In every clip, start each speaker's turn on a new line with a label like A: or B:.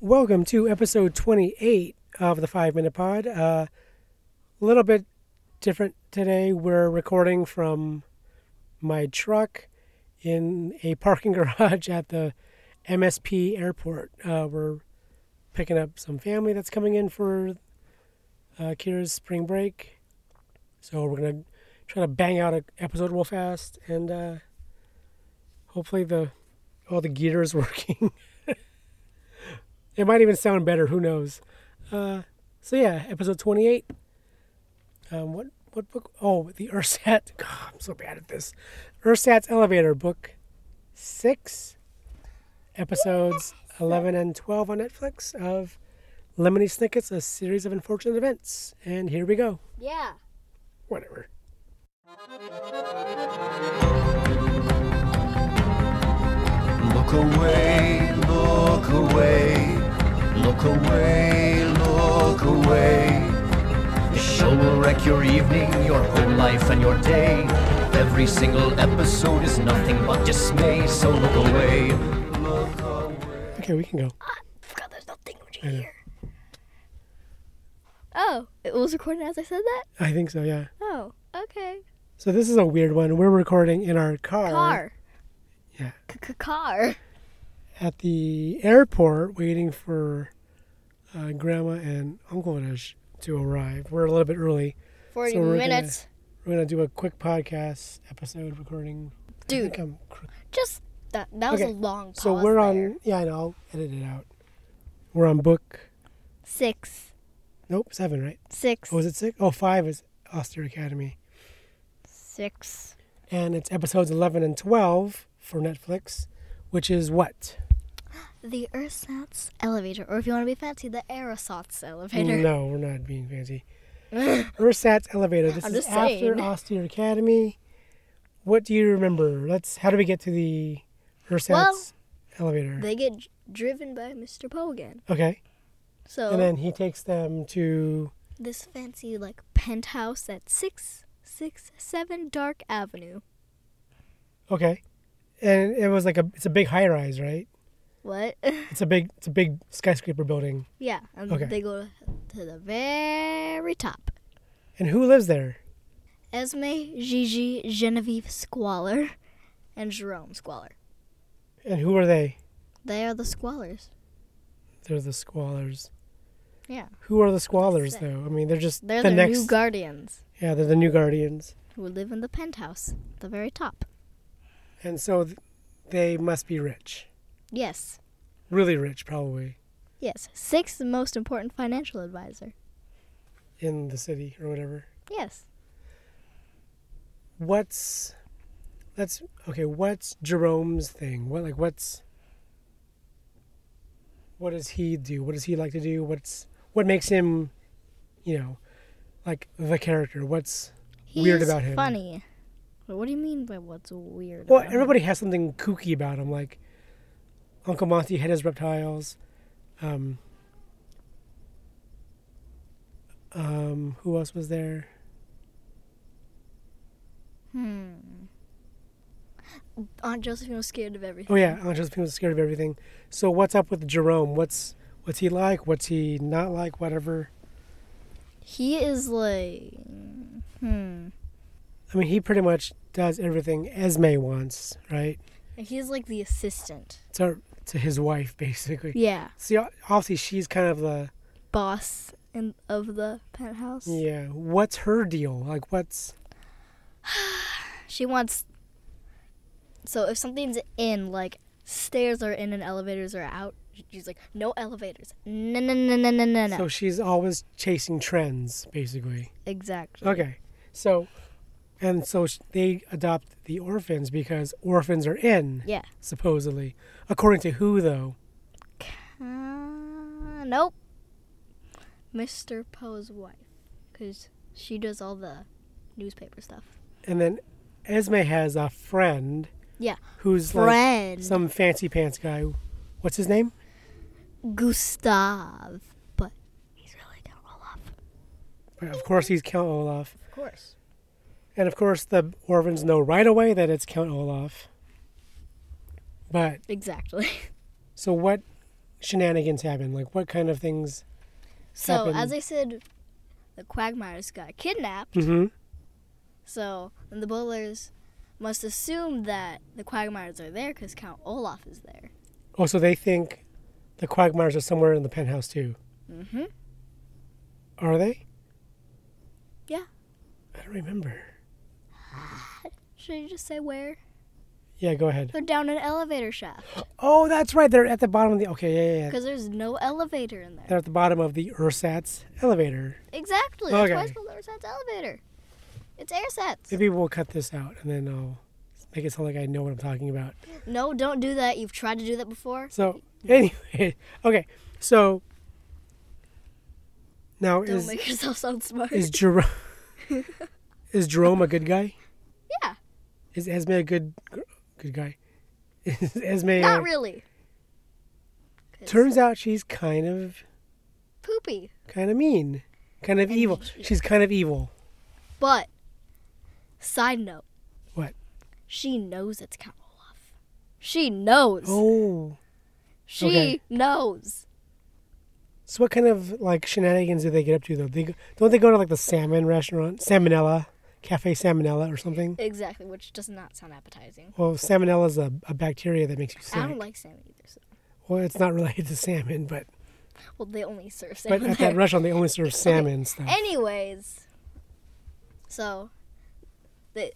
A: Welcome to episode 28 of the Five Minute Pod. A little bit different today. We're recording from my truck in a parking garage at the MSP airport. Uh, we're picking up some family that's coming in for uh, Kira's spring break. So we're going to try to bang out an episode real fast and uh, hopefully the all the gear is working. It might even sound better. Who knows? Uh, so yeah, episode twenty-eight. Um, what what book? Oh, the Ursat. God, I'm so bad at this. Ursat's Elevator, book six, episodes eleven and twelve on Netflix of Lemony Snicket's A Series of Unfortunate Events. And here we go.
B: Yeah.
A: Whatever.
C: Look away, look away, look away, look away. The show will wreck your evening, your whole life, and your day. Every single episode is nothing but dismay, so look away. Look away.
A: Okay, we can go.
B: forgot Ah, there's nothing over here. Oh, it was recorded as I said that?
A: I think so. Yeah.
B: Oh, okay.
A: So this is a weird one. We're recording in our car.
B: Car.
A: Yeah.
B: Car.
A: at the airport waiting for uh, grandma and uncle Raj to arrive. We're a little bit early.
B: 40
A: So we're gonna-
B: minutes.
A: We're going to do a quick podcast episode recording. I
B: Dude.
A: think I'm cr-
B: Just that that was a
A: Okay,
B: long pause.
A: so we're on,
B: there.
A: yeah, I know. I'll edit it out. We're on book,
B: 6
A: nope, seven, right?
B: 6
A: Oh, is it six? Oh, five is Auster Academy.
B: 6
A: And it's episodes 11 and 12 for Netflix, which is what?
B: The Ersatz elevator or if you want to be fancy, the Aerosatz elevator.
A: No, we're not being fancy. Ursat's elevator. This
B: I'm
A: is
B: just
A: after
B: saying.
A: Austere Academy. What do you remember? Let's. How do we get to the Ursat's elevator?
B: They get d- driven by Mr. Pogan.
A: okay,
B: So
A: and then
B: Oh.
A: he takes them to.
B: this fancy like penthouse at 667 Dark Avenue.
A: Okay, and it was like a. It's a big high rise, right?
B: What?
A: It's a big. It's a big skyscraper building.
B: Yeah, and
A: Okay.
B: they go to the very top.
A: And who lives there?
B: Esme, Gigi, Genevieve Squalor, and Jerome Squalor.
A: And who are they?
B: They are the squalors.
A: They're the squalors.
B: Yeah.
A: Who are the squalors
B: it.
A: though? I mean, they're just
B: They're
A: the
B: the,
A: next.
B: new guardians
A: yeah, they're the new guardians.
B: who live in the penthouse at the very top.
A: And so, th- they must be rich.
B: Yes.
A: Really rich, probably.
B: Yes. Sixth most important financial advisor.
A: in the city or whatever.
B: Yes.
A: What's that's okay, what's Jerome's thing? What like what's what does he do? What does he like to do? What's what makes him, you know, like the character? What's
B: He
A: Weird
B: is
A: about him.
B: funny. But what do you mean by what's weird?
A: well,
B: about him?
A: everybody has something kooky about him, like Uncle Monty had his reptiles. Um, um who else was there?
B: Aunt Josephine was scared of everything.
A: Oh yeah, Aunt Josephine was scared of everything. So what's up with Jerome? What's what's he like? What's he not like? Whatever.
B: He is like. Hmm.
A: I mean, he pretty much does everything Esme wants, right?
B: He's like the assistant.
A: To to his wife, basically.
B: Yeah.
A: See, ob- obviously, she's kind of the
B: boss in, of the penthouse.
A: yeah. What's her deal? Like, what's
B: She wants. So if something's in, like stairs are in and elevators are out, she's like, no elevators. No, no, no, no, no, no, no.
A: so she's always chasing trends, basically.
B: exactly.
A: Okay, so and so sh- they adopt the orphans because orphans are in
B: Yeah.
A: supposedly, according to who though?
B: Uh, nope. Mr. Poe's wife. Because she does all the newspaper stuff.
A: And then Esme has a friend
B: Yeah.
A: who's like
B: Friend.
A: some fancy pants guy. What's his name?
B: Gustav. But he's really going to roll up.
A: Of course, he's Count Olaf.
B: Of course.
A: And of course, the orphans know right away that it's Count Olaf. But
B: Exactly.
A: so what? shenanigans happen? Like what kind of things?
B: So
A: Happened.
B: as I said, the Quagmires got kidnapped.
A: Mm-hmm.
B: So the Butlers must assume that the Quagmires are there because Count Olaf is there.
A: Oh, so they think the Quagmires are somewhere in the penthouse too.
B: Mm-hmm.
A: Are they?
B: Yeah.
A: I don't remember.
B: Should you just say where?
A: Yeah, go ahead.
B: They're down an elevator shaft
A: Oh, that's right. They're at the bottom of the. Okay, yeah, yeah, yeah.
B: because there's no elevator in there.
A: They're at the bottom of the Ursat's elevator.
B: Exactly. That's why
A: Okay.
B: it's called Airsats elevator. It's Airsats.
A: Maybe we'll cut this out and then I'll make it sound like I know what I'm talking about.
B: No, don't do that. You've tried to do that before.
A: So anyway, okay. So now
B: Don't
A: is
B: make yourself sound smart.
A: is Jerome is Jerome a good guy?
B: yeah,
A: Is Esme a good good guy? Is Esme? a-
B: not really. 'Cause
A: turns out she's kind of
B: poopy,
A: kind of mean, kind of evil. She's kind of evil.
B: but side note.
A: What?
B: She knows it's Count Olaf. She knows.
A: Oh.
B: she
A: okay.
B: knows.
A: So what kind of like shenanigans do they get up to though? They go, don't they go to like the salmon restaurant, Salmonella Cafe Salmonella or something?
B: Exactly, which does not sound appetizing.
A: Well, Salmonella is a, a bacteria that makes you
B: I don't
A: sick.
B: like salmon either. So.
A: Well, it's not related to salmon, but
B: Well, they only serve salmon.
A: but at
B: there.
A: that restaurant they only serve salmon stuff.
B: Anyways, so they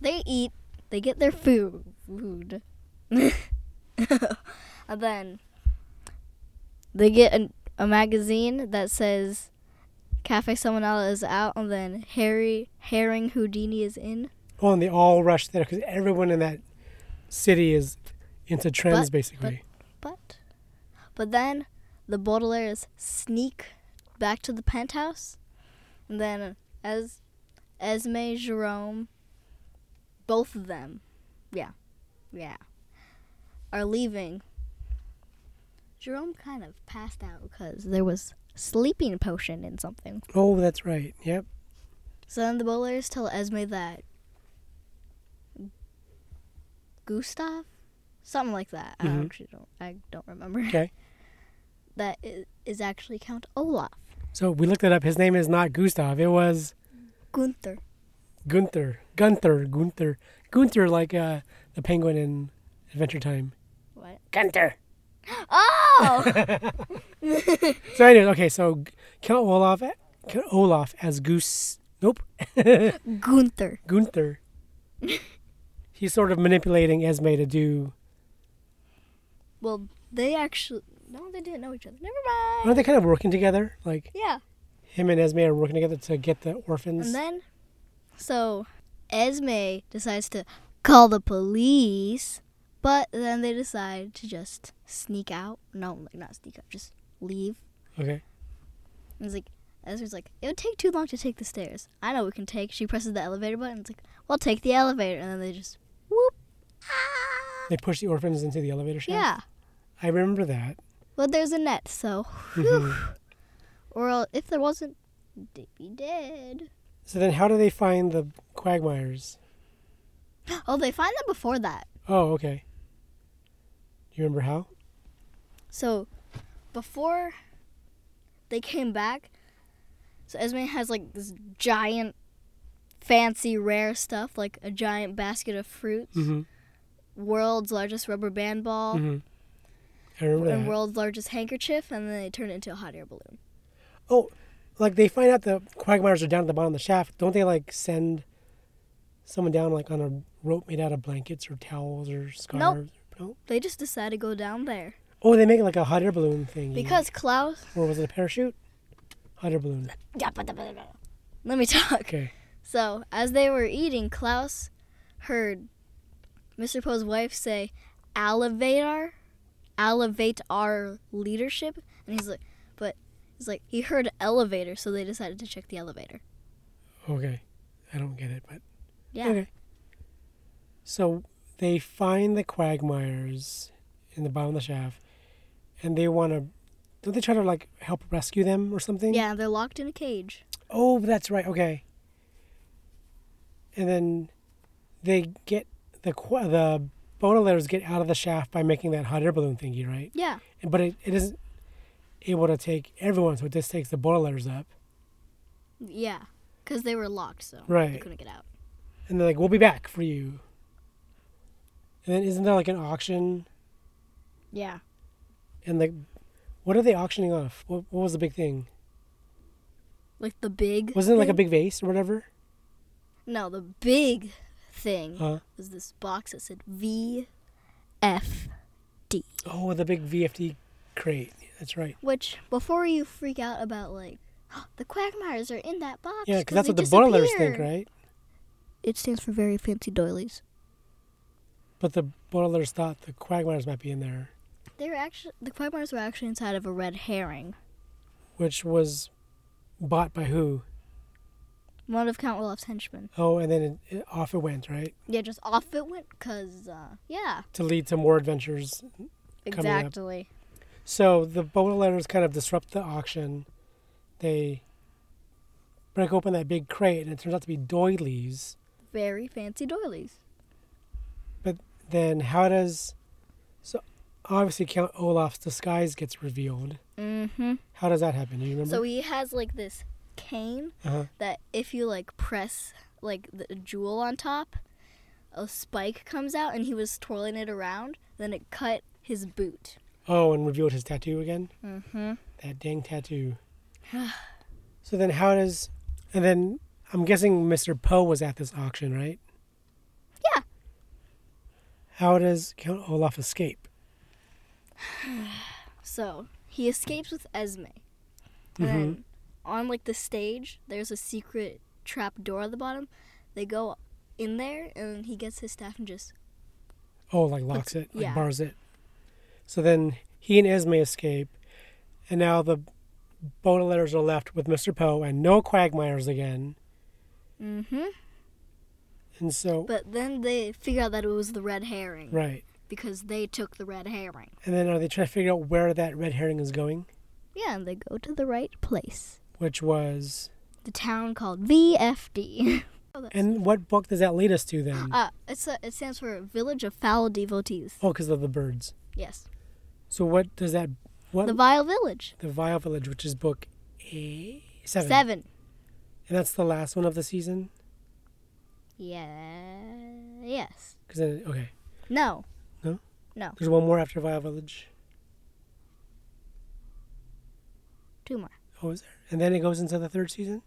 B: they eat, they get their food, food, and then they get an, a magazine that says Cafe Salmonella is out, and then Harry Herring Houdini is in.
A: Oh, and they all rush there because everyone in that city is into trends
B: But-
A: basically.
B: But but then the Baudelaires sneak back to the penthouse, and then as Esme Jerome, both of them, yeah, yeah, are leaving. Jerome kind of passed out because there was sleeping potion in something.
A: oh, that's right. Yep.
B: So then the Baudelaires tell Esme that Gustav, something like that. I
A: Mhm.
B: actually don't. I don't remember.
A: Okay.
B: that i- is actually Count Olaf
A: So we looked it up. His name is not Gustav. It was
B: Gunther.
A: Gunther, Gunther, Gunther, Gunther, like uh, the penguin in Adventure Time.
B: What?
A: Gunther.
B: Oh,
A: So anyway, okay, so G- Count Olaf, Count Olaf as Goose. Nope,
B: Gunther.
A: Gunther. He's sort of manipulating Esme to do.
B: Well, they actually no, they didn't know each other. Never mind.
A: Aren't they kind of working together? Like
B: Yeah.
A: him and Esme are working together to get the orphans.
B: And then, so Esme decides to call the police, but then they decide to just sneak out. No, like not sneak out, just leave.
A: okay.
B: And it's like Ezra's like, it would take too long to take the stairs. I know we can take. She presses the elevator button. It's like, well, take the elevator, and then they just whoop. Ah!
A: They push the orphans into the elevator shaft.
B: Yeah.
A: I remember that.
B: Well, there's a net, so. whew. or el- if there wasn't, they'd be dead.
A: So then, how do they find the Quagmires?
B: Oh, they find them before that.
A: Oh, okay. Do you remember how?
B: So, before they came back, so Esme has like this giant, fancy, rare stuff, like a giant basket of fruits,
A: Mhm.
B: world's largest rubber band ball,
A: Mhm. I remember that.
B: and world's largest handkerchief, and then they turn it into a hot air balloon.
A: Oh, like they find out the quagmires are down at the bottom of the shaft. Don't they like send someone down like on a rope made out of blankets or towels or scarves? No.
B: They just decide to go down there
A: Oh, they make like a hot air balloon thing.
B: because Klaus.
A: or was it a parachute? Hot air balloon.
B: Let me talk.
A: Okay.
B: So, as they were eating, Klaus heard Mr. Poe's wife say, elevate our, elevate our leadership. And he's like, but he's like, he heard elevator, so they decided to check the elevator.
A: Okay. I don't get it, but
B: Yeah.
A: okay. So they find the quagmires in the bottom of the shaft, and they want to. Don't they try to like help rescue them or something?
B: Yeah, they're locked in a cage.
A: Oh, that's right. Okay. And then they get the qu- the bottlers get out of the shaft by making that hot air balloon thingy, right?
B: Yeah.
A: But it, it isn't able to take everyone, so it just takes the bottlers up.
B: Yeah. Because they were locked, so they
A: Right.
B: couldn't get out.
A: And they're like, we'll be back for you. And then isn't there like an auction?
B: Yeah.
A: And like, what are they auctioning off? What, what was the big thing?
B: Like the big.
A: Wasn't it like a
B: thing?
A: big vase or whatever?
B: No, the big thing
A: Huh?
B: was this box that said VFD.
A: Oh, the big VFD crate. That's right.
B: Which, before you freak out about, like, the Quagmires are in that box.
A: Yeah, because that's what
B: they
A: the bottlers think,
B: disappeared."
A: right?
B: It stands for very fancy doilies.
A: But the bottlers thought the quagmires might be in there,
B: They were actually the Quagmires were actually inside of a red herring.
A: which was bought by who?
B: One of Count Olaf's henchmen.
A: Oh, and then it, it, off it went, right?
B: Yeah, just off it went, cause uh, yeah,
A: To lead to more adventures. up.
B: exactly.
A: So the bottlers kind of disrupt the auction. They break open that big crate, and it turns out to be doilies.
B: Very fancy doilies.
A: Then how does. So obviously, Count Olaf's disguise gets revealed.
B: Mm-hmm.
A: How does that happen? Do you remember?
B: So he has like this cane
A: Mm-hmm. Uh-huh.
B: that if you like press like the jewel on top, a spike comes out, and he was twirling it around. Then it cut his boot.
A: Oh, and revealed his tattoo again?
B: Mm-hmm.
A: That dang tattoo. so then how does and then I'm guessing Mr. Poe was at this auction, right?
B: Yeah.
A: How does Count Olaf escape?
B: So he escapes with Esme. And
A: Mm-hmm.
B: then on like the stage, there's a secret trap door at the bottom. They go in there, and he gets his staff and just
A: Oh, like locks it, like
B: yeah.
A: bars it. So then he and Esme escape, and now the Baudelaires are left with Mr. Poe and no Quagmires again.
B: mm-hmm.
A: And so,
B: But then they figure out that it was the red herring
A: right.
B: because they took the red herring.
A: And then are they trying to figure out where that red herring is going?
B: Yeah, and they go to the right place.
A: Which was.
B: The town called VFD.
A: And what book does that lead us to then?
B: uh, it's a, it stands for Village of Foul Devotees.
A: Oh, because of the birds.
B: Yes,
A: So what does that what
B: the
A: the,
B: Vile Village.
A: Vile Village, which is book a seven,
B: Seven.
A: and that's the last one of the season.
B: Yeah. Yes.
A: Because then okay,
B: No.
A: No?
B: No.
A: there's one more after Vile Village.
B: Two more.
A: Oh, is there? And then it goes into the third season,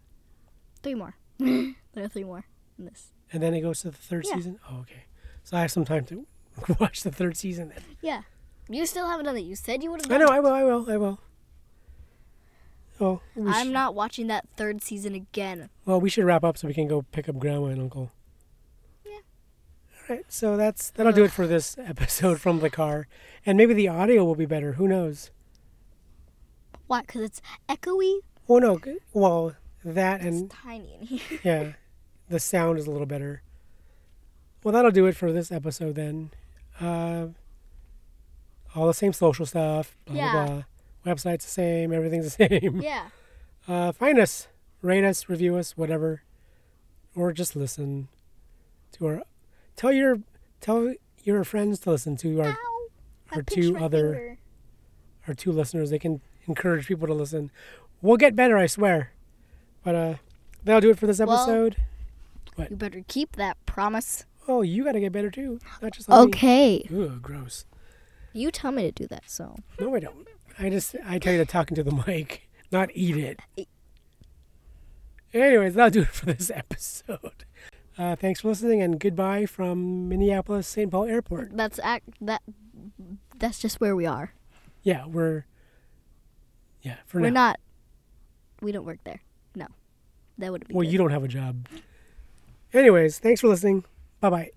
B: Three more. there are three more in this.
A: and then it goes to the third
B: Yeah.
A: season. Oh, okay. So I have some time to watch the third season. Then.
B: Yeah. You still haven't done it. You said you would have
A: I
B: done
A: know.
B: it.
A: I will. I will. I will. Well, we
B: I'm
A: sh-
B: not watching that third season again.
A: well, we should wrap up so we can go pick up Grandma and Uncle.
B: Yeah.
A: All right. So that's that'll do it for this episode from the car, and maybe the audio will be better. Who knows?
B: Why? Because it's echoey.
A: Well, Oh, no. g- Well, that
B: It's
A: and
B: tiny in here.
A: yeah, the sound is a little better. Well, that'll do it for this episode then. Uh, all the same social stuff. Blah
B: Yeah.
A: blah blah. Website's the same. Everything's the same.
B: yeah.
A: Uh, find us, rate us, review us, whatever, or just listen to our. Tell your tell your friends to listen to our
B: Ow. I
A: Or
B: pinched
A: two
B: my
A: other-
B: finger.
A: our two listeners. They can encourage people to listen. We'll get better, I swear. But uh, that'll do it for this
B: Well-
A: episode.
B: You better keep that promise.
A: Oh, you gotta get better too, not just like
B: Okay.
A: Me. Ugh, gross.
B: You tell me to do that, so.
A: No, I don't. I just I tell you to talk into the mic, not eat it.
B: E-,
A: Anyways, that'll do it for this episode. Uh, thanks for listening, and goodbye from Minneapolis St. Paul Airport.
B: That's act that. That's just where we are.
A: Yeah, we're yeah for
B: We're
A: now.
B: not. We don't work there. No. That wouldn't be
A: well,
B: good.
A: you don't have a job. Anyways, thanks for listening. Bye bye.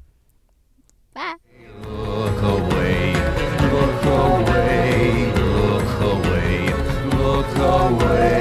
B: Bye.
C: Look away, look away, look away, look away.